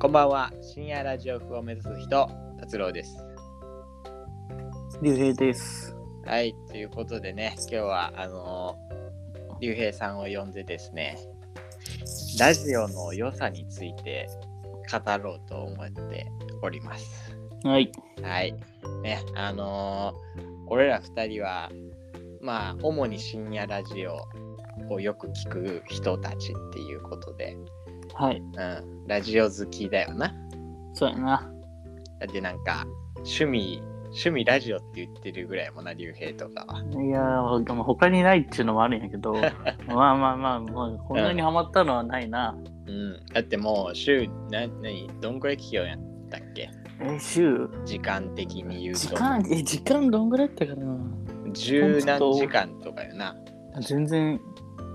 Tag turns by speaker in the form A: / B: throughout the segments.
A: こんばんは。深夜ラジオ風を目指す人、達郎です。
B: 竜兵です。
A: はい、ということでね、今日は、あのー、竜兵さんを呼んでですね、ラジオの良さについて語ろうと思っております。
B: はい。
A: はい。ね、あのー俺ら二人は、まあ、主に深夜ラジオをよく聞く人たちっていうことで、
B: はい。
A: うん、ラジオ好きだよな。
B: そうやな。
A: だってなんか趣味趣味ラジオって言ってるぐらいもんな竜兵とかはい
B: やー、でも他にないっていうのもあるんやけ ど、まあまあまあ、もうこんなにハマったのはないな。
A: うんだってもう週な何どんくらい企業やったっけ
B: え、週
A: 時間的に言う
B: 時
A: と
B: 間、え、時間どんぐらいやったかな
A: 十何時間とかよな
B: 全然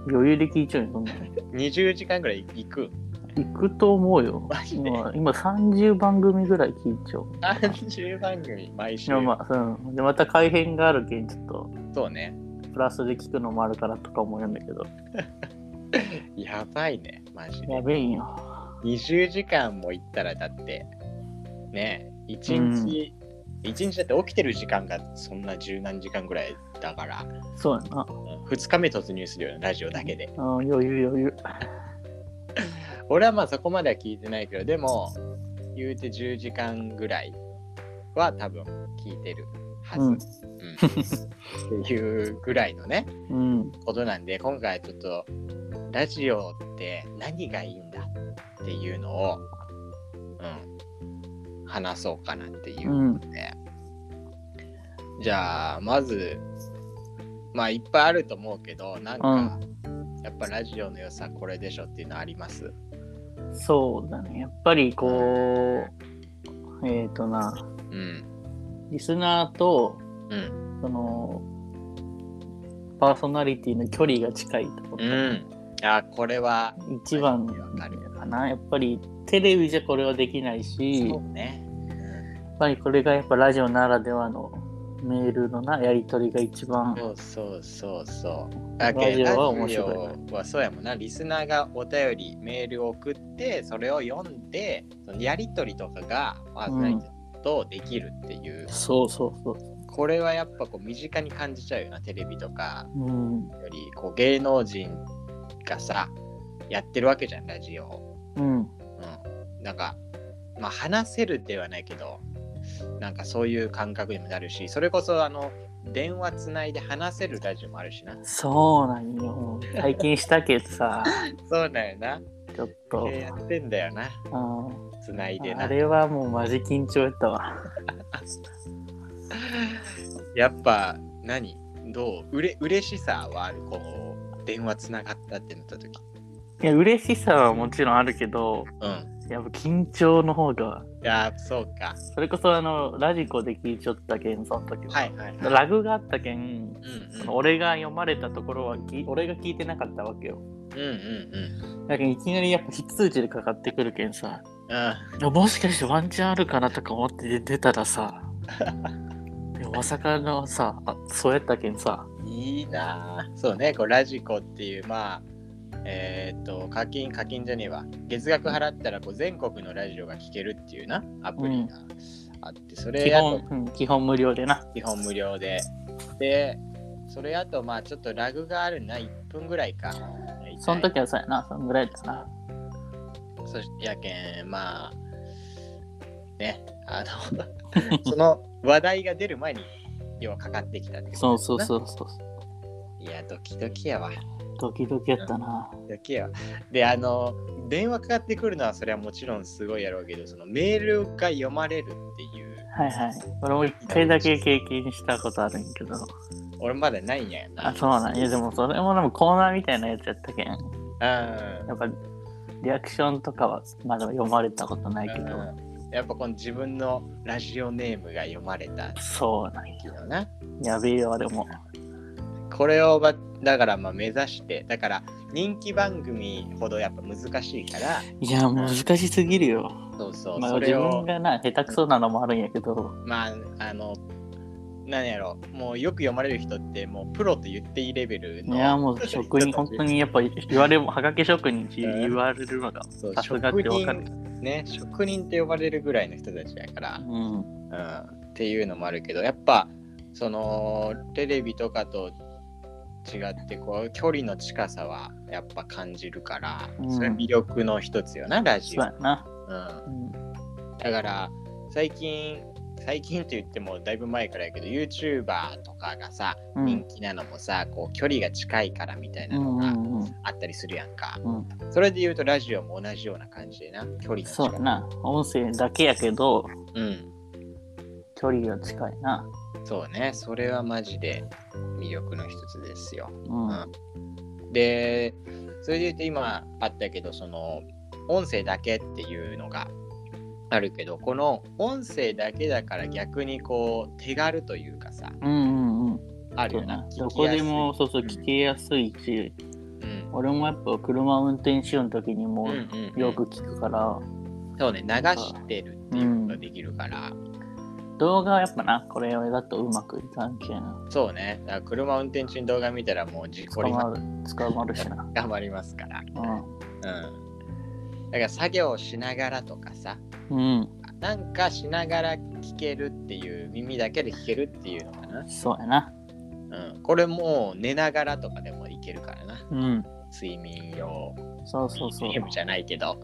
B: 余裕で聞いちゃうよ、そんなの。
A: 20時間ぐらい行く
B: 行くと思うよ
A: マ。ジで
B: 今今30番組ぐらい聞いちゃう。
A: 30番組毎週
B: でもまあ、うん。で、また改編があるけん、ちょっと、
A: そうね
B: プラスで聞くのもあるからとか思うんだけど。
A: やばいねマジで
B: やべえんよ。
A: 20時間も行ったらだってね一日、一日だって起きてる時間がそんな十何時間ぐらいだから、
B: そうやな。
A: うん、2日目突入するようなラジオだけで
B: うん、余裕余裕。
A: 俺はまあそこまでは聞いてないけどでも言うて10時間ぐらいは多分聞いてるはず、
B: う
A: うんんっていうぐらいのね
B: うん。
A: ことなんで今回はちょっとラジオって何がいいんだっていうのを、うん、話そうかなっていうう、
B: ん。
A: じゃあまずまあいっぱいあると思うけどなんか、やっぱラジオの良さこれでしょっていうのあります
B: そうだね。やっぱりこう、えっ、とな、
A: うん
B: リスナーと、
A: うん
B: その、パーソナリティの距離が近いってこと
A: う。んあこれは
B: 一番
A: わかる
B: かな。やっぱりテレビじゃこれはできないし、や
A: そ
B: っ
A: うね。
B: ぱりこれがやっぱラジオならではのメールのな、やりとりが一番。
A: そうそうそうそう。
B: ラ
A: だけど、
B: ジオは
A: ラ
B: 面
A: ジ
B: 白い
A: オはそうやもんな。リスナーがお便り、メールを送って、それを読んで、そのやりとりとかがパーソナリティとできるっていう、
B: そうそうそう。
A: これはやっぱこう身近に感じちゃうよな、テレビとか
B: うん。
A: より、こう芸能人がさ、やってるわけじゃん、ラジオを。
B: う
A: う
B: ん。
A: ん。なんか、まあ話せるではないけど、なんかそういう感覚にもなるし、それこそあの、電話つないで話せるラジオもあるしな。
B: そうなんよ。体験したけどさ、
A: そうだよな。
B: ちょっ
A: ことれ、やってんだよな。
B: うん
A: つないで
B: あ
A: な。
B: れはもうマジ緊張やったわ。
A: やっぱ何どううれ嬉しさはあるこう電話つながったってなった時。
B: いや嬉しさはもちろんあるけど
A: うん。
B: やっぱ緊張の方が
A: いやーそうか。
B: それこそあのラジコで聞いちょったけんその時は、
A: はいはい、はい。
B: ラグがあったけん
A: うんう
B: そ
A: ん
B: の俺が読まれたところはき俺が聞いてなかったわけよ
A: うんうん
B: だけどいきなりやっぱ非通知でかかってくるけんさ
A: うん。あ
B: いやもしかしてワンチャンあるかなとか思って出出た らさいやまさかのさあそうやったけんさ
A: いいなーそうねこうラジコっていうまあえーっと課金課金じゃねえわ月額払ったらこう全国のラジオが聴けるっていうなアプリがあって、それ
B: 基
A: やと
B: 本、うん基本無料でな
A: 基本無料で。で、それあと、まあちょっとラグがあるな、1分ぐらいか。
B: その時はそうやなそんぐらいだな
A: そしやけん、まあ、ね、あの、その 話題が出る前に、要はかかってきたってこと
B: そうそう
A: ですな
B: そうそう
A: いや、ドキドキやわ。
B: ドキドキやったな、
A: ドキやわ。で、あの、電話かかってくるのは、それはもちろんすごいやろうけど、そのメールが読まれるっていう、
B: はいはい。俺も一回だけ経験したことあるんやけど。
A: 俺まだないんやよな。
B: あ、そうなんや。でもそれもでもコーナーみたいなやつやったけん。や
A: うん。
B: っぱリアクションとかはまだ読まれたことないけど。
A: うんやっぱこの自分のラジオネームが読まれた
B: そうなんや。
A: 時のな
B: やべえよ、あれも。
A: これをばだからまあ目指してだから人気番組ほどやっぱ難しいから
B: いや、難しすぎるよ。
A: そうそう、
B: まあ
A: そ
B: 自
A: れ
B: 分
A: を
B: がな、下手くそなのもあるんやけど。
A: まああの何やろもうよく読まれる人ってもうプロと言っていいレベル
B: い
A: の
B: や、もう職人、本当にやっぱ言われも、はがき職人って言われるのが
A: そう
B: さすがってわかる。
A: ね職人って呼ばれるぐらいの人たちやから、
B: うん。
A: うん、っていうのもあるけどやっぱそのテレビとかと違ってこう距離の近さはやっぱ感じるから、
B: うん
A: それは魅力の一つよなラジ
B: そ
A: オ、
B: うやな。
A: うん、
B: うん。
A: だから最近最近って言ってもだいぶ前からやけど YouTuber とかがさ
B: うん
A: 人気なのもさ、こう距離が近いからみたいな
B: う
A: の
B: んう
A: が
B: んうん。
A: あったりするやんか、
B: うん
A: それで言うとラジオも同じような感じでな距離が近い
B: そうやな。音声だけやけど、
A: うん
B: 距離が近いな。
A: そうねそれはマジで魅力の一つですよ
B: うん。
A: うんでそれで言うと今あったけどその音声だけっていうのがあるけどこの音声だけだから逆にこう手軽というかさ
B: うんうんうん。
A: ある
B: そ
A: よ
B: うや
A: な
B: な。
A: 聞きやすい
B: どこでも、そうそう、
A: うん
B: 聞きやすいし、
A: うん
B: 俺もやっぱ車運転しようときにも
A: うんうんうん
B: よく聞くから、
A: そうね流してるっていうのができるから、
B: 動画はやっぱな、これだとうまくいかんけん。
A: そうねだから車運転中に動画見たらもう事故
B: 捕
A: りま
B: まる、捕まるしな。
A: 頑張りますからうんだから作業しながらとかさ
B: うん。うん。
A: なんかしながら聞けるっていう耳だけで聞けるっていうのかな、
B: そうやな。
A: うん、これもう寝ながらとかでもいけるからな
B: うん。
A: 睡眠用
B: そうそうそう。
A: ゲームじゃないけど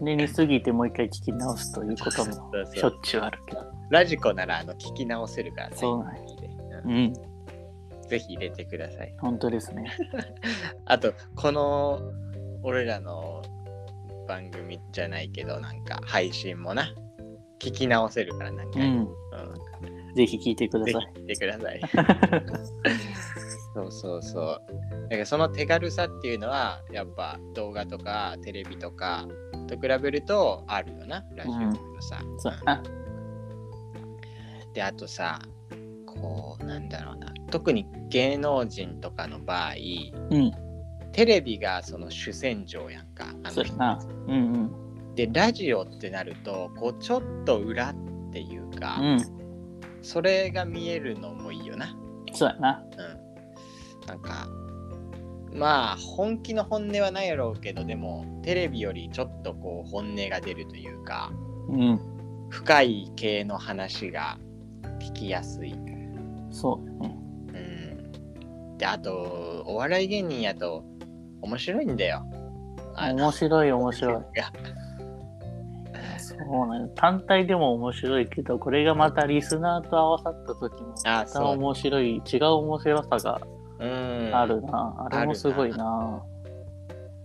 B: で、寝すぎてもう一回聞き直すということも
A: そうそう
B: しょっちゅうあるけど。
A: ラジコならあの聞き直せるからね
B: そうなんや
A: 耳でうん
B: うん。
A: ぜひ入れてください
B: 本当ですね。
A: あとこの俺らの番組じゃないけどなんか配信もな聞き直せるから何
B: う
A: 回も、
B: ん。ぜひ聞いてくだ
A: ぜ
B: さい。
A: ひ聞いてください そうそうそうだからその手軽さっていうのはやっぱ動画とかテレビとかと比べるとあるよなラジオのさ、
B: そうやな。
A: であとさこうなんだろうな特に芸能人とかの場合
B: うん。
A: テレビがその主戦場やんかあの
B: そうやな。うんうん。
A: でラジオってなるとこうちょっと裏っていうか、
B: うん。
A: それが見えるのもいいよな。
B: そうやな。
A: うん、なんかまあ本気の本音はないやろうけどでもテレビよりちょっとこう本音が出るというか
B: うん。
A: 深い系の話が聞きやすい。
B: そうやね。
A: うん、であとお笑い芸人やと面白いんだよ。あの
B: 面白い面白い。
A: が
B: そうね。単体でも面白いけど、これがまたリスナーと合わさった時も、
A: あ
B: また
A: そう
B: 面白い、違う面白さが
A: うん
B: あるな。あれもすごいな。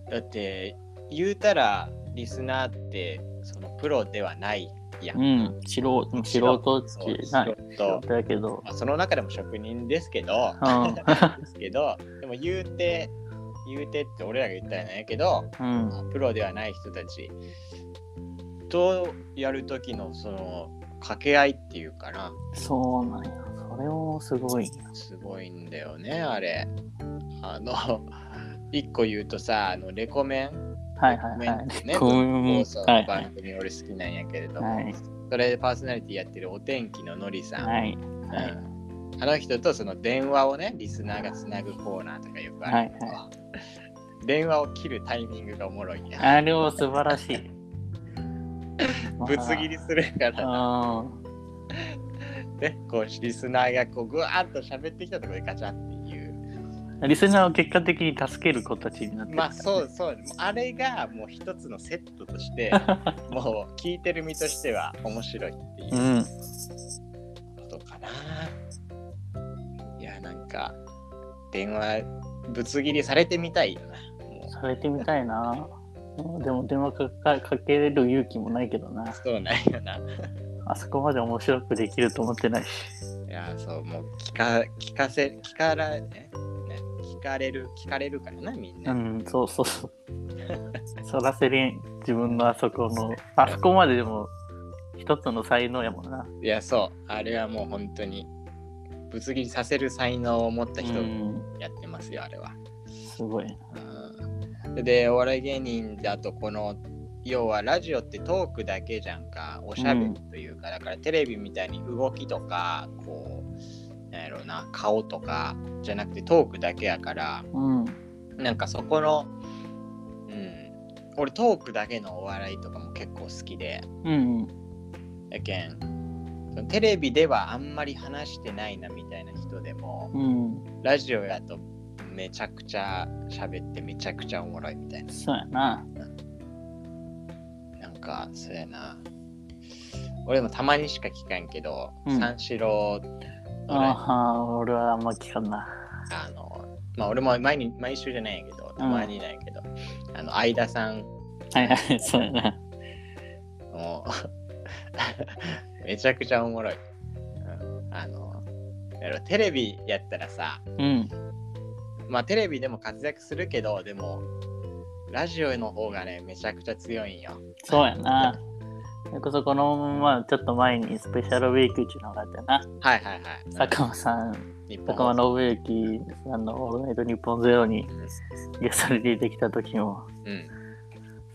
A: だって言うたらリスナーってそのプロではないやん。
B: うん。素人、素人っ
A: そう
B: ち、ない。
A: 素人
B: 素人やけど。
A: まあその中でも職人ですけど、
B: う
A: ですけどでも言うて言うてって俺らが言ったらなんやけど、
B: ん。うん。
A: プロではない人たちとやる時のその掛け合いっていうかな
B: そうなんや。それもすごい。
A: すごいんだよねあれあの 一個言うとさあのレコメン
B: はいはい
A: レコメ
B: は
A: ンって
B: い。
A: ね
B: レコメン
A: 放送
B: は
A: の
B: いは
A: 番
B: い。
A: 組俺好きなんやけれども、
B: はい。
A: それでパーソナリティやってるお天気ののりさん、
B: はい。
A: うんあの人とその電話をねリスナーがつなぐコーナーとかよくあるけど、
B: はい
A: 電話を切るタイミングがおもろいね
B: あれは素晴らし い。
A: ぶつ切りするから
B: う。
A: ねこうリスナーがこうぐわーっと喋ってきたところでガチャっていうん
B: リスナーを結果的に助ける子たちになってる。
A: まあそうそうあれがもう一つのセットとしてもう聞いてる身としては面白いっていううんことかな、いやなんか電話ぶつ切りされてみたいよなもう
B: されてみたいな。うんでも電話かかかけれる勇気もないけどな。
A: そうなんよな
B: あそこまで面白くできると思ってないし。
A: いやーそうもう聞か聞かせ聞からねね聞かれる聞かれるからなみん
B: う
A: な、
B: ん、そうそう そう。そらせれん、自分のあそこの。あそこまででも、一つの才能やもんな。
A: いやそうあれはもう本当にぶつ切りさせる才能を持った人
B: うん
A: やってますよ、あれは、
B: すごい。
A: うん、でお笑い芸人だとこの要はラジオってトークだけじゃんかおしゃべりというか、だからテレビみたいに動きとかこうなんやろうな顔とかじゃなくてトークだけやから
B: うん。
A: なんかそこの、うん、俺トークだけのお笑いとかも結構好きで
B: うんうん。
A: やけんそのテレビではあんまり話してないなみたいな人でも
B: うん。
A: ラジオやとめちゃくちゃ喋ってめちゃくちゃおもろいみたいな
B: そうやな。
A: なんかそうやな俺もたまにしか聞かんけど、
B: うん
A: 三四郎
B: あ
A: のラジ
B: あ、俺はあんま聞かんな。
A: オあのまあ俺も毎日毎週じゃないんやけどたまになんやけど、あの相田さん
B: はいはい、そうやな。
A: もう めちゃくちゃおもろい。うんあのやろテレビやったらさ、
B: うん。
A: まあテレビでも活躍するけど、でもラジオの方がね、めちゃくちゃ強いんよ。
B: そうやな。それこそこの、まあ、ちょっと前にスペシャルウィークっていうのがあったよな。
A: はいはいはい。
B: 佐久間さん、
A: うん日本
B: 佐久間信之さんの「オールナイトニッポンゼロにゲストで出てきた時も、
A: うん。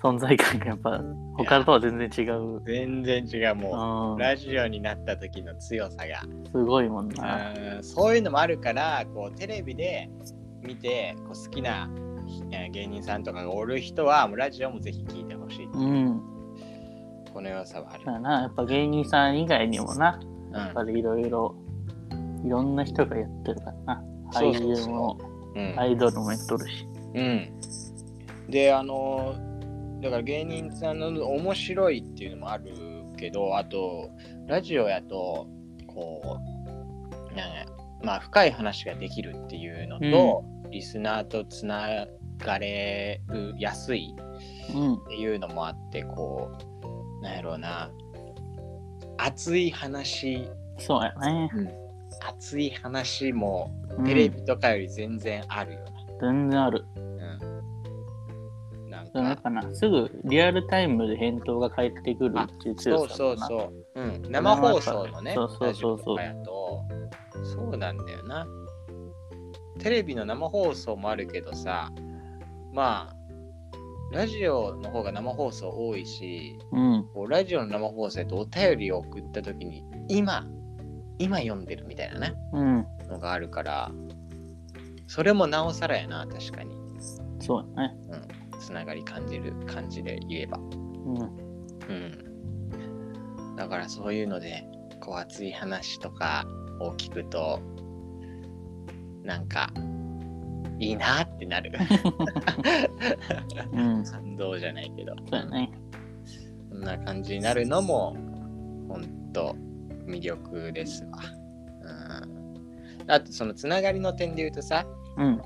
B: 存在感がやっぱ、他とは全然違う。
A: 全然違う、も
B: う
A: う。
B: ん、
A: ラジオになった時の強さが、
B: すごいもんな。
A: うんそういうのもあるからこうテレビで見てこう好きなえー芸人さんとかがおる人はもうラジオもぜひ聞いてほしい、
B: うん。
A: この良さはある
B: だ、な、やっぱ芸人さん以外にもな、
A: うん
B: やっぱりいろいろ、いろんな人がやってるからな。
A: そう
B: 俳
A: そう
B: 優
A: そう
B: も
A: うん
B: アイドルもやっとるし。
A: うん。で、あの、だから芸人さんの面白いっていうのもあるけど、あと、ラジオやと、こう、なんかまあ、深い話ができるっていうのと、リスナーとつながれやすい
B: うん
A: っ。ていうのもあって、こう、なんやろうな、熱い話、
B: そうやね。
A: 熱い話も
B: うん
A: テレビとかより全然あるよ
B: 全然ある。
A: な。うん。なん
B: そうや
A: か
B: っ、ぱな、すぐリアルタイムで返答が返ってくるっていう強
A: そう
B: さ
A: そう
B: もな
A: そう、うん、生放送のね
B: そうそうそうそう
A: ラジオとかやとそうなんだよなテレビの生放送もあるけどさまあラジオの方が生放送多いし
B: うん。
A: こうラジオの生放送やとお便りを送った時に今今読んでるみたいなね
B: うん。
A: のがあるからそれもなおさらやな確かに
B: そうやね。
A: つながり感じる感じで言えば
B: うん。
A: うん。だからそういうので、こう熱い話とかを聞くと、なんか、いいなって なる。
B: うん。そ
A: 感動じゃないけど。
B: うやね。
A: そんな感じになるのも、ほんと魅力ですわ。うん。あと、そのつながりの点で言うとさ、
B: うん。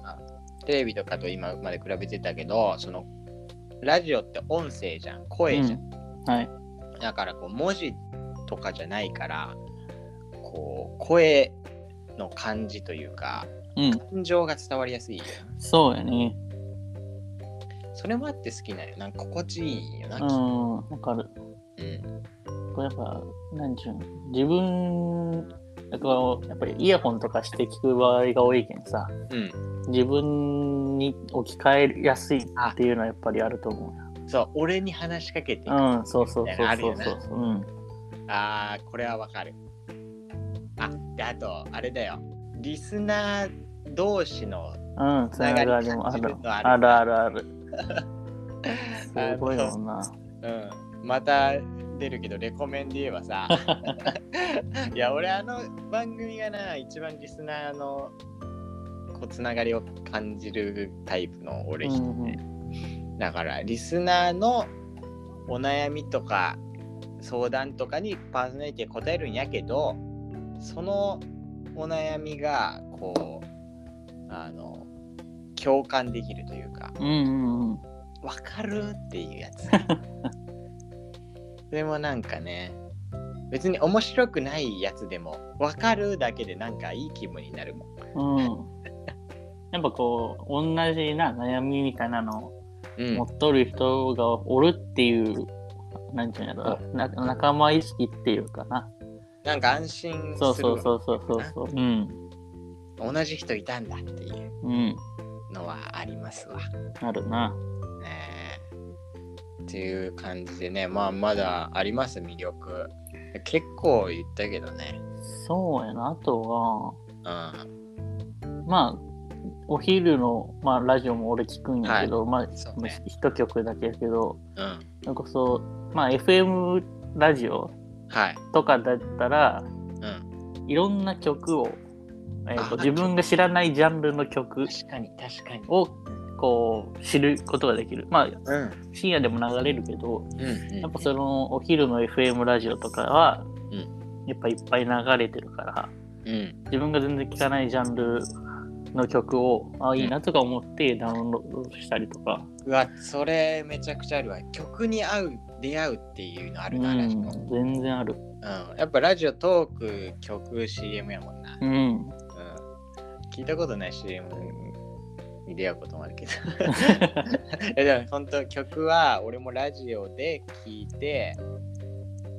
A: テレビとかと今まで比べてたけど、その、ラジオって音声じゃん、声じゃん
B: はい。
A: だからこう文字とかじゃないからこう声の感じというか
B: うん。
A: 感情が伝わりやすいよ
B: そうやね。
A: それもあって好きなんよなんか心地いいよな、
B: うん。わかる。
A: うん
B: これやっぱ、なんちゅうの。自分、だからやっぱりイヤホンとかして聞く場合が多いけんさ、
A: うん
B: 自分に置き換えやすいっていうのはやっぱりあると思うよ。
A: そう俺に話しかけて、あ
B: うん、そうそうそう
A: ある
B: そ
A: よ
B: う
A: な
B: そう。うん。
A: あーこれはわかるあであとあれだよリスナー同士の
B: うん、つながりもあ
A: つながり感じ
B: る
A: る。のある
B: あるあるあ る。すごいもんな。
A: うん、また出るけどレコメンで言えば さいや俺あの番組がな一番リスナーのこうつながりを感じるタイプの俺人
B: うんう
A: で、だからリスナーのお悩みとか相談とかにパーソナリティが答えるんやけどそのお悩みがこうあの共感できるというか
B: うんうんうん。
A: わかるっていうやつ。 でもなんかね、別に面白くないやつでも、わかるだけでなんかいい気分になるもん。
B: うん。やっぱこう、同じな悩みみたいなのを
A: うん
B: 持っとる人がおるっていう、なんていうんやろ、な仲間意識っていうかな。
A: なんか安心する
B: そうそう
A: う
B: そうそうそうそう。うん。
A: 同じ人いたんだっていう
B: うん。
A: のはありますわ。
B: あるな。
A: ねえっていう感じでね、まあまだあります、魅力。結構言ったけどね。
B: そうやな。あとは、
A: うん。
B: まあ、お昼の、まあ、ラジオも俺聞くんやけど、まあ、
A: そうね
B: 一曲だけやけど、
A: うん。
B: それこそ、まあ、FM ラジオ
A: はい。
B: とかだったら、
A: うん。
B: いろんな曲を、えーと
A: あ
B: 自分が知らないジャンルの曲
A: 確かに、確かに。
B: をこう知ることができる。まあ、
A: うん。
B: 深夜でも流れるけど、
A: うん。
B: やっぱそのお昼の FM ラジオとかは、
A: う
B: やっぱいっぱい流れてるから、
A: うん。
B: 自分が全然聴かないジャンルの曲を、あいいなとか思ってダウンロードしたりとか、
A: うわ、それめちゃくちゃあるわ。曲に合う、出会うっていうのあ
B: う
A: るな、ラジオ。
B: ん
A: う、
B: 全然ある。
A: ん。やっぱラジオ、トーク、曲、CM やもんな。
B: うん。
A: うん。聞いたことない CM に出会うこともある けど。いやでも本当曲は俺もラジオで聞いて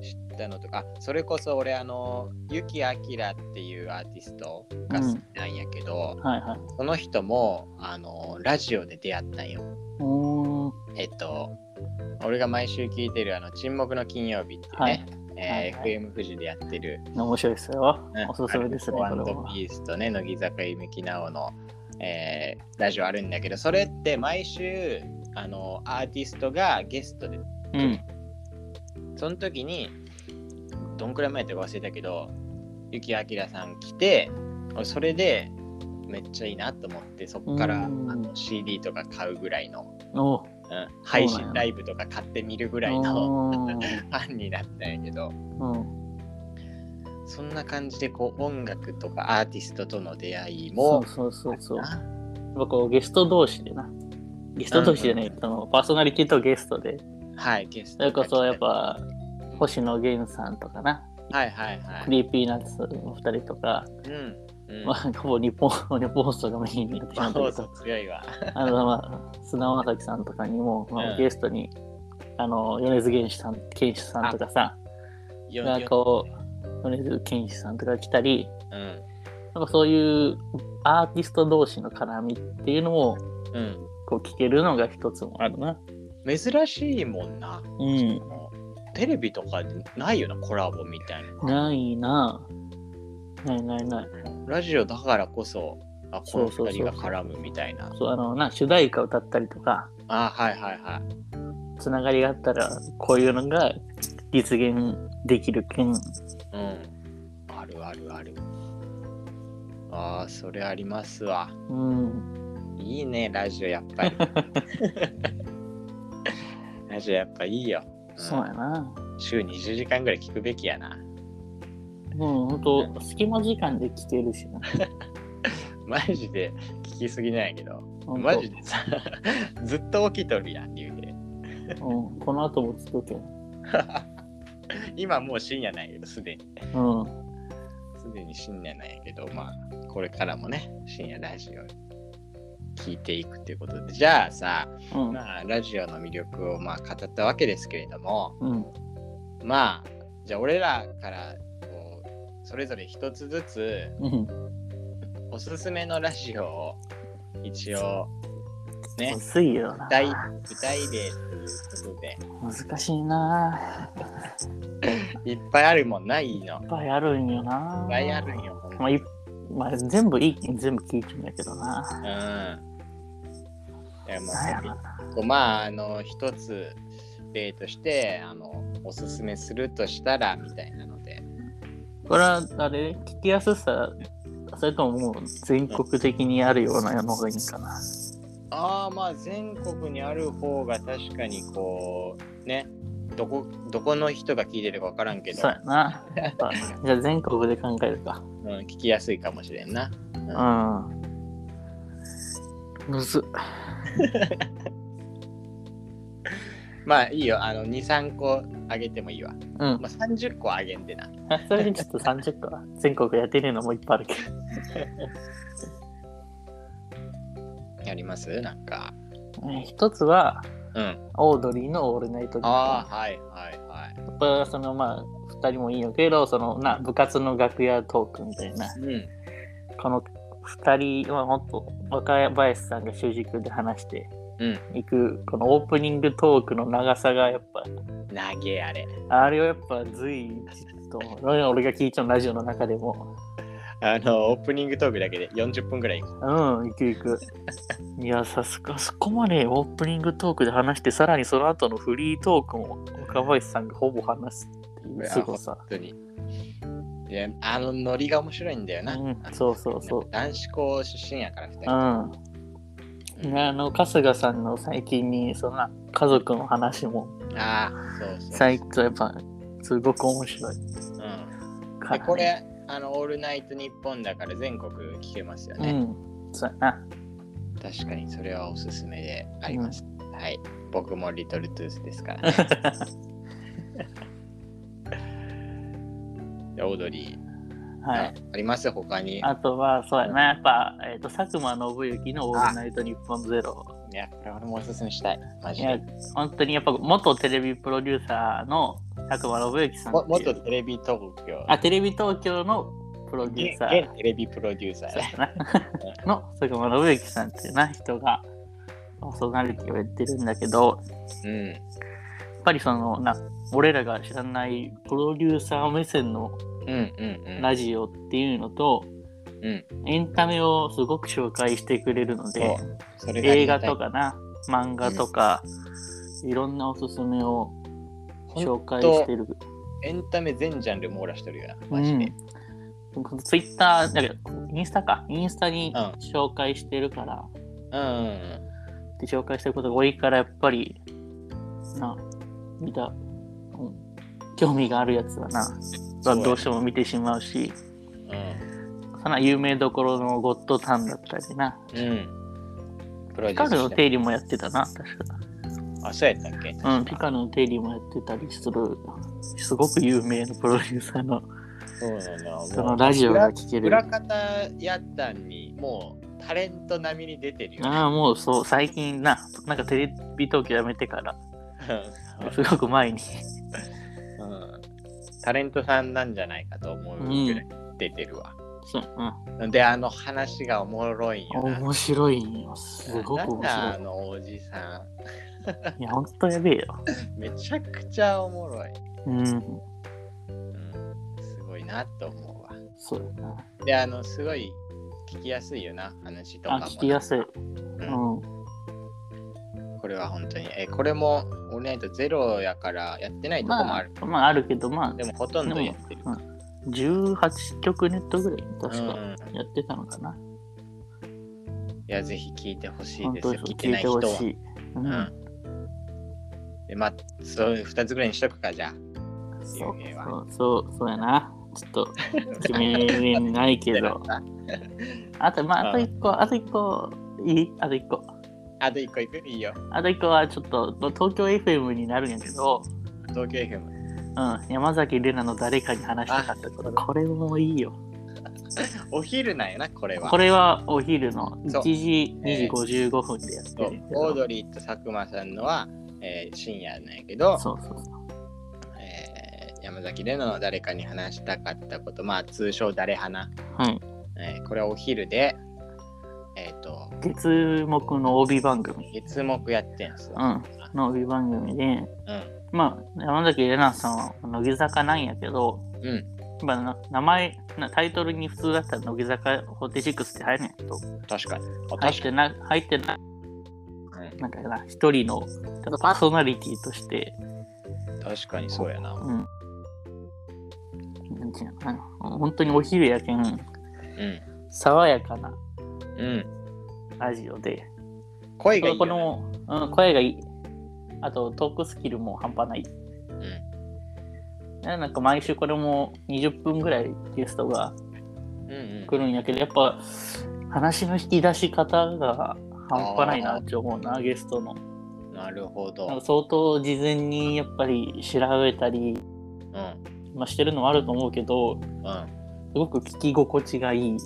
A: 知ったのとかあそれこそ俺あのユキアキラっていうアーティストが好きなんやけど、
B: はいはい。
A: その人もあのラジオで出会ったんよ
B: おー
A: えっと俺が毎週聞いてるあの沈黙の金曜日っていう
B: はい
A: ね、。
B: はい
A: えー
B: はい
A: FM 富士でやってる、
B: 面白いですよ
A: ね。
B: おすすめですね、
A: ア
B: こ
A: ル
B: れ
A: コ
B: は。
A: ピースとね乃木坂ゆみきなおの、えーラジオあるんだけどそれって毎週あのアーティストがゲストで
B: うん。
A: その時にどんくらい前やったか忘れたけどゆきあきらさん来て俺それでめっちゃいいなと思ってそっからあ
B: うん
A: の CD とか買うぐらいの、
B: おー
A: うん、配信ライブとか買ってみるぐらいの
B: お
A: フ
B: ー
A: ァンになったんやけど
B: うん。
A: そんな感じでこう音楽とかアーティストとの出会い
B: そ
A: も
B: うそうそうそう。
A: あ
B: やっぱこうゲスト同士でな。ゲスト同士じゃない、そのパーソナリティとゲストで。
A: はいゲス
B: そ
A: ト
B: れこ
A: が来て
B: そやっぱ星野源さんとかな、
A: はいはいは
B: ク
A: い
B: リーピーナッツの2人とか、
A: うんうん
B: まあ、ほぼ日本日本放送がメインになってしま
A: 魔
B: った
A: 法
B: け
A: 素
B: ど、
A: 強いわ
B: あのまあ砂尾崎さんとかにも、ま
A: う
B: あ、
A: ん
B: ゲストに、あの米津玄師さん玄師さんとかさ、
A: よ
B: が
A: よ
B: こう米津玄師さんとか来たり、
A: うん
B: なんかそういうアーティスト同士の絡みっていうのを
A: うん
B: こう聞けるのが一つもあるな。
A: 珍しいもんな、
B: うん
A: そのテレビとかでないよなコラボみたいな
B: ないな。ないないない。
A: ラジオだからこそあこの
B: そうそう
A: 2
B: そ
A: 人
B: う
A: が絡むみたいな
B: そうあのな主題歌歌ったりとか、
A: あはいはいはい
B: つながりがあったら、こういうのが実現できるけ
A: う
B: ん。
A: んあるあるあるあーそれありますわ
B: うん。
A: いいねラジオやっぱり ラジオやっぱいいよ、うん
B: そうやな。
A: 週20時間ぐらい聞くべきやな
B: うん、ほんと、隙間時間で聞けるしな。
A: マジで聞きすぎなんやけど
B: ほんと
A: マジでさ ずっと起きとるやん言うて
B: うん。この後もつくけん。
A: 今もう深夜なんやけどすでに
B: うん。
A: すでに深夜なんやけど、まあ、これからもね、深夜ラジオ聞いていくということで、じゃあさ、
B: うん。
A: まあ、ラジオの魅力をまあ語ったわけですけれども、
B: うん。
A: まあ、じゃあ俺らからこう、それぞれ一つずつ、
B: うん。
A: おすすめのラジオを一応、ね、
B: 薄いよな
A: 具。体、具体例ということで、
B: 難しいな。
A: いっぱいあるもんないいの。
B: いっぱいあるんよな。
A: いっぱいあるんよ、ほんと
B: まあ、いまあ、全部いい、全部聞いてんだけどな。
A: うん。いや、もう
B: なんやろな。
A: こうまああの一つ例としてあのおすすめするとしたらみたいなので
B: これはあれ聞きやすさそれとももう全国的にあるようなのがいいかな
A: ああまあ全国にある方が確かにこうねどこどこの人が聞いてるか分からんけ
B: そ
A: ど
B: う、やなやっぱじゃあ全国で考えるか
A: うん、聞きやすいかもしれんな
B: うんむずっ
A: まあいいよあの23個あげてもいいわ、
B: うん
A: まあ、30個あげんでな
B: あそれにちょっと30個は全国やってるのもいっぱいあるけ
A: やりますなんか
B: どえ一つは
A: うん
B: オードリーの「オールナイトニッポン」
A: ああはいはいはい
B: やっぱそのまあ2人もいいよけどそのな部活の楽屋トークみたいな
A: うん
B: この2人はもっと若林さんが主軸で話して
A: うん
B: いくこのオープニングトークの長さがやっぱ
A: 投げあれ
B: あれをやっぱ随時と俺が聞いたのラジオの中でも
A: あの、オープニングトークだけで40分ぐらい。
B: うん、いくい く。いや、さすが、そこまでオープニングトークで話して、さらにその後のフリートークも若林さんがほぼ話すっていうすごさ。
A: 本当に。で、あのノリが面白いんだよ
B: う
A: な。
B: ん、そうそうそう。
A: 男子校出身やから、二
B: うん。
A: 人。
B: あの、春日さんの最近に、そんな家族の話も、
A: ああ、そうそう。
B: 最近やっぱ、すごく面白い
A: うん。
B: から、
A: で、
B: ね。
A: これ、あの、オールナイトニッポンだから全国聞けますよ
B: う
A: ね。
B: ん、そうやな。
A: 確かに、それはおすすめであります。はい。僕もリトルトゥースですから、 ね。でオードリー。
B: はい。
A: ああります他に。
B: あとは、そうやな、やっぱ、えっと佐久間信行の「オールナイトニッポンゼロ
A: いや、これ俺もおすすめしたい。マ
B: い
A: ジ
B: や
A: で。、
B: 本当にやっぱ元テレビプロデューサーの佐久間信行さん
A: も
B: ってい
A: 元
B: う。
A: テレビ東京。
B: あ、テレビ東京のプロデュー
A: 現
B: サー
A: 現テレビプロデューサー
B: そう
A: ね。
B: やな の佐久間信行さんっていうな人がパーソナリティをやってるんだけど、やっぱりそのな、俺らが知らないプロデューサー目線の
A: うんうんうんうん。
B: ラジオっていうのと、
A: うん
B: エンタメをすごく紹介してくれるので
A: そ。うそれが
B: 映画とかな漫画とか、いろんなおすすめを紹介してる
A: エンタメ全ジャンル網羅してるよなマジで、
B: ツイッターだけどインスタかインスタに
A: うん
B: 紹介してるから、
A: うん、うんうん
B: で紹介してることが多いからやっぱりな見た、うん興味があるやつはな
A: そうやね
B: どうしても見てしまうし
A: うん
B: そんな有名どころのゴッドタンだったりな
A: うんプロデュ
B: ピカ
A: ース
B: ルの
A: して
B: 定理もやってたな確か
A: あそうやったっけ、
B: うん、ピカルの定理もやってたりする、すごく有名なプロデューサーの、
A: そうなんだ
B: そのラジオが聴ける。
A: 裏方やったんにもうタレント並みに出てるよね
B: ああ、もうそう、最近な、なんかテレビ東京やめてから、すごく前に。
A: うんタレントさんなんじゃないかと思うぐらい出てるわ、
B: そう、
A: であの話がおもろいんよ
B: うん。
A: な
B: 面白いんよ。すごく
A: なん
B: 面
A: だあ
B: 白
A: のおじさん
B: い。いや、ほんとやべえよ。
A: めちゃくちゃおもろい、
B: うん、
A: うん、すごいなと思うわ
B: そうやな。
A: であのすごい聞きやすいよな話とか
B: あ
A: も、
B: 聞きやすい。う
A: うん
B: ん。
A: これは本当にえこれもオールナイトゼロやからやってないとこも
B: ま
A: あ
B: あ
A: る、、
B: まあ、あるけど、まあ
A: で、もほとんどやってる
B: うん18曲ネットぐらい、確
A: うん
B: か、やってたのかな。
A: いやぜひ聞いてほしい
B: 本
A: です
B: 当
A: よ
B: にそ
A: 聞
B: う
A: いて
B: 聞
A: ないい
B: て
A: 人
B: ほ
A: は
B: しい。うん。
A: でまあそういう2つぐらいにしとくかじゃあ
B: そう
A: 有名は
B: そうそうそうやな。ちょっと決めれないけど。あと、まあ、あと一個、あと一個、いいあと一個。
A: あと1個いくいいよ
B: あと一個はちょっと東京 FM になるんやけど、
A: 東京 FM
B: うん、山崎怜奈の誰かに話したかったこと、これもいいよ。
A: お昼なんやなこれは
B: これはお昼の
A: そ
B: 1
A: う
B: 時、2
A: え
B: 時
A: ー
B: 55分でやって
A: そう
B: るんやけ
A: オー
B: ど。
A: ドリーと佐久間さんのは、えー深夜なんやけど
B: そうそうそう。
A: えー山崎での誰かに話したかったこと、まあ、通称誰花、
B: はい。
A: えーこれはお昼で、えっ、と、
B: 月木の帯番組。
A: 月木やってんすよ。
B: うん。の帯番組で、
A: うん。
B: まあ、山崎怜奈さんは乃木坂なんやけど、
A: うん。
B: まあ、な名前なタイトルに普通だったら乃木坂46って入るんやけど
A: 確かに。あ
B: 入っ
A: 確か
B: てな入ってな
A: に、
B: なんかな一人のただパーソナリティとして、
A: うん確かにそうやな。
B: うん、なんていうのかな本当にお昼やけん
A: うん。
B: 爽やかな
A: うん。
B: ラジオで
A: 声がいいよ、
B: こ
A: ね。
B: の、うん、声がいいあとトークスキルも半端ないなんか毎週これも20分ぐらいゲストが
A: うん。うん、う
B: 来るんやけどやっぱ話の引き出し方が半端ないなって思うなゲストの
A: ん。なるほ
B: なん
A: ど
B: か。相当事前にやっぱり調べたり、
A: うん。うん。
B: まあ、してるのもあると思うけどすごく聞き心地がいい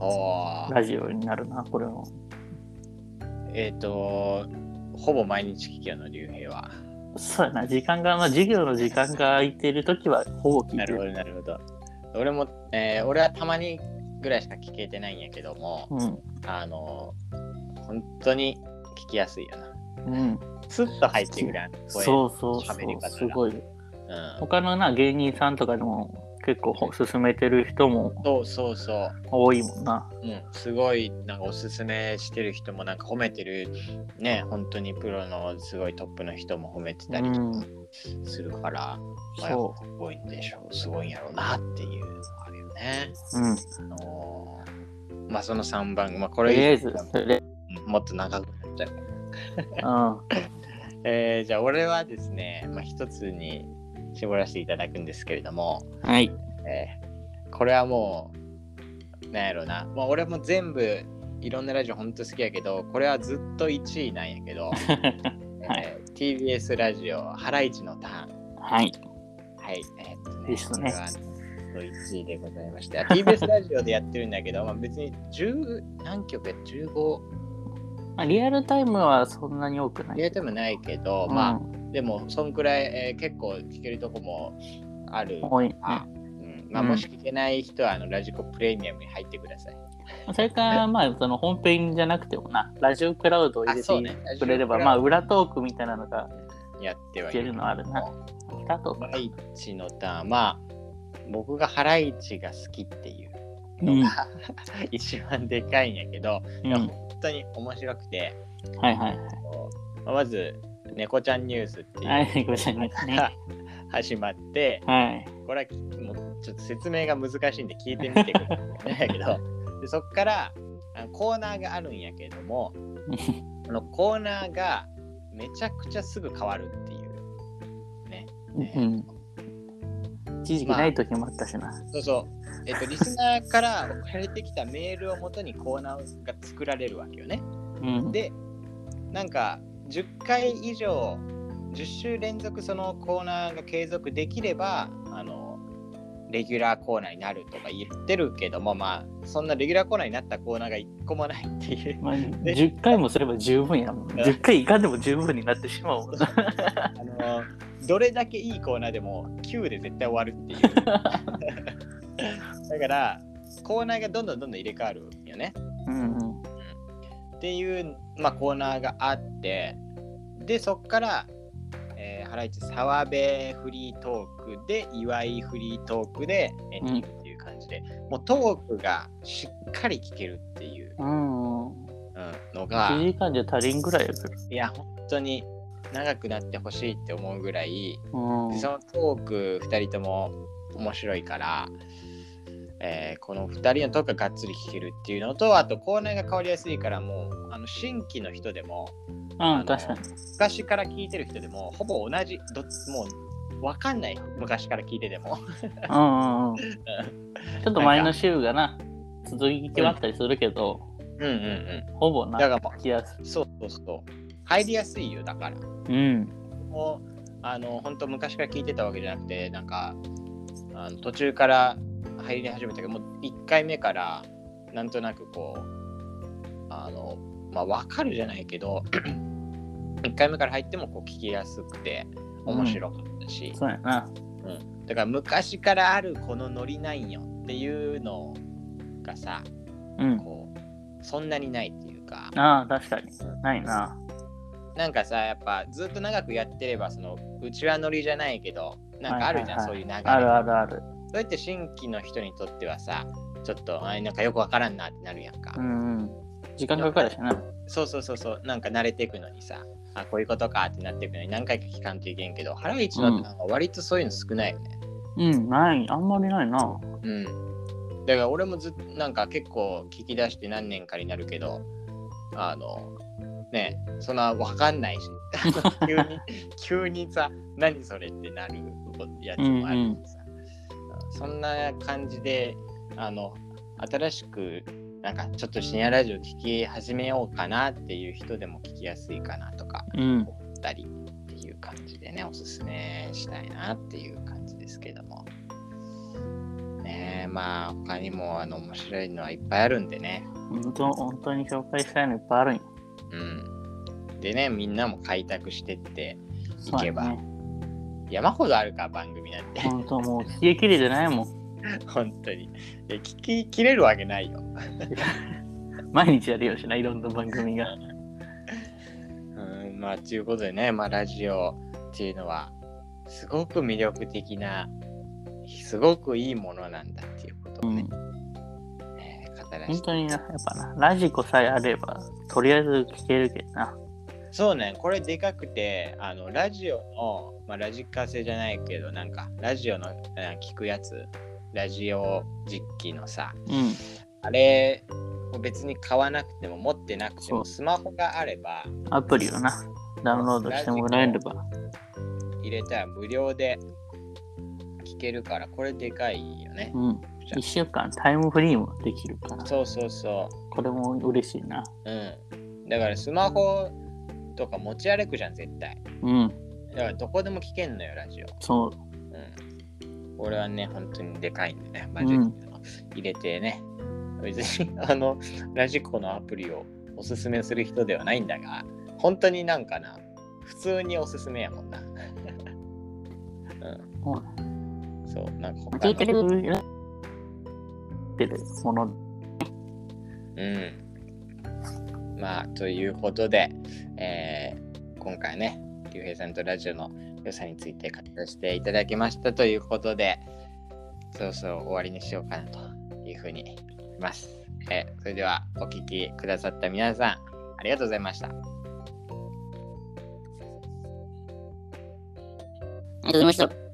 A: ああ。
B: ラジオになるなこれも
A: えっ、と、ほぼ毎日聞きよの、竜兵は。
B: そうやな時間がまあ授業の時間が空いてる時はほぼ聞い
A: な
B: て
A: るほ
B: る
A: ど、なるほど。俺も、えー俺はたまにぐらいしか聞けてないんやけども、
B: うん
A: あの、本当に聞きやすいよな。
B: うん
A: スッと入ってくるあの声。
B: そうそうそ
A: 喋り方
B: う
A: が
B: すごい
A: うん。
B: 他のな芸人さんとかでも結構進めてる人も
A: そうそうそ
B: 多いもんな。
A: う、うん、すごいなんかおすすめしてる人もなんか褒めてるね本当にプロのすごいトップの人も褒めてたり
B: うん、
A: するから、まあ、
B: そ
A: すごいんでしょうすごいんやろうなっていうのがあるよね。
B: う。うん、
A: あのーまあその3番、まあ、こと
B: りあ
A: れ
B: えず、それ
A: もっと長くなっちゃう
B: うん、
A: えーじゃあ俺はですね、まあ、一つに絞らせていただくんですけれども、
B: はい。
A: えーこれはもうなんやろな、まあ、俺も全部いろんなラジオほんと好きやけどこれはずっと1位なんやけ ど、えー TBS ラジオ「ハライチのターン」
B: はい。
A: はい、えーっと
B: いいっすね
A: これは1位でございました TBS ラジオでやってるんだけど、まあ、別に10何曲や15
B: まあ、リアルタイムはそんなに多くない。
A: 入れてもないけど、
B: うん
A: まあでもそんくらい、えー結構聞けるとこもある。
B: 多いね。
A: あうんまあ、
B: うん
A: もし聞けない人はあのラジコプレミアムに入ってください。
B: それから、まあ、その本編じゃなくてもな、ラジオクラウドを入れ
A: あそうね
B: てくれれば、
A: ラジオクラウド
B: まあ、裏トークみたいなのが
A: やってはい
B: 聞けるのはあるな。だと
A: ハ
B: か
A: ライチのターン、まあ僕がハライチが好きっていう
B: うん。
A: のが、一番でかいんやけど、
B: うん
A: 本当に面白くて、
B: はいはい
A: まあまず猫ちゃんニュースって
B: はい。
A: いう
B: はい、ごめんなさいね。
A: のが始まって、
B: はい。
A: これはきもうちょっと説明が難しいんで聞いてみてくださいだけ どでそこからあのコーナーがあるんやけれどもこのコーナーがめちゃくちゃすぐ変わるっていうね、
B: うん。一時期ない時もあったしな。
A: そうそうえっとリスナーから送られてきたメールをもとにコーナーが作られるわけよね
B: うん。
A: でなんか10回以上10週連続そのコーナーが継続できればあのレギュラーコーナーになるとか言ってるけどもまあそんなレギュラーコーナーになったコーナーが1個もないって いう
B: まあ、10回もすれば十分やもん。10回いかんでも十分になってしまうもんな。
A: あのどれだけいいコーナーでも9で絶対終わるっていうだからコーナーがどんどんどんどん入れ替わるよね
B: うんうん。
A: っていう、まあ、コーナーがあってでそっから、えー、ハライチ澤部フリートークで岩井フリートークでエンディングっていう感じで、もうトークがしっかり聞けるっていう
B: うん。
A: うんのが
B: 1時間じゃ足りんぐらいやけど。
A: いや本当に長くなってほしいって思うぐらい
B: うん。
A: でそのトーク2人とも面白いから、えーこの2人のトークががっつり聞けるっていうのとあとコーナーが変わりやすいからもうあの新規の人でも
B: うん、確かに。
A: 昔から聞いてる人でもほぼ同じどっちもう分かんない昔から聞いてても
B: うんうんうん。ちょっと前の週がな、続きはあったりするけど、
A: うんうんう
B: ほぼな、
A: だからま
B: 聞きやすい。
A: んそうそうそう入りやすいよだから
B: うん。
A: もうあの本当昔から聞いてたわけじゃなくてなんかあの途中から入り始めたけどもう1回目からなんとなくこうあのまあ分かるじゃないけど1回目から入ってもこう聞きやすくて面白かったし、
B: そうやな。
A: だから昔からあるこのノリなんよっていうのがさ
B: うん。
A: こうそんなにないっていうか
B: ああ、確かに。ないな。
A: なんかさやっぱずっと長くやってればそのうちはノリじゃないけどなんかあるじゃん、
B: はい
A: そういう流れ
B: あるあるある。
A: そうやって新規の人にとってはさちょっとあなんかよくわからんなってなるやんか、
B: うんうん。時間かかるしな。
A: そうそうそうそうなんか慣れていくのにさあこういうことかってなっていくのに何回か聞かんといけんけどハライチのってなんか割とそういうの少ないよね、
B: うん、ない。あんまりないな。
A: うん。だから俺もずっとなんか結構聞き出して何年かになるけど、あの、ねそんなわかんないし、 急に、急にさ、何それってなるやつもあるしさ、そんな感じで、あの、新しく、なんかちょっと深夜ラジオ聞き始めようかなっていう人でも聞きやすいかなとか
B: うん。
A: 思ったりっていう感じでねおすすめしたいなっていう感じですけどもねえまあ他にもあの面白いのはいっぱいあるんでね
B: 本当本当に紹介したいのいっぱいあるんよ。
A: うんでねみんなも開拓してって
B: そ
A: いうけ
B: や
A: ば、
B: ね。
A: 山ほどあるから番組なんて
B: 本当もう、冷え切れてないもん。
A: 本当にで聞ききれるわけないよ
B: 毎日やるよしな、いろんな番組が。
A: うんまあということでね、まあ、ラジオっていうのはすごく魅力的なすごくいいものなんだっていうことをね、えー語ら
B: 本
A: せて
B: 当にな、やっぱな、ラジコさえあれば、とりあえず聞けるけどな。
A: そうねこれでかくてあのラジオの、まあ、ラジカセじゃないけどなんかラジオのあ聞くやつラジオ実機のさ
B: うん。
A: あれを別に買わなくても持ってなくて
B: そ
A: も
B: う
A: スマホがあれば
B: アプリをな、ダウンロードしてもらえれば。
A: 入れたら無料で聞けるからこれでかいよね、
B: うん。1週間タイムフリーもできるから、
A: そうそうそ
B: これも嬉しいな。
A: ううんだからスマホとか持ち歩くじゃん絶対
B: うん。
A: だからどこでも聞けんのよラジオ
B: そう。
A: うんこれはね、本当にでかいんでね、マジックの入れてね、別にあのラジコのアプリをおすすめする人ではないんだが、本当になんかな、普通におすすめやもんな。
B: も
A: うん、そう、なんか
B: う
A: 他
B: 聞いてる
A: の、
B: てるもの。
A: うん。まあ、ということで、えー今回ね、竜兵さんとラジオの良さについて語らせていただきましたということで、そろそろ終わりにしようかなというふうに思います。えーそれではお聞きくださった皆さん、ありがとうございました。
C: ありがとうございました。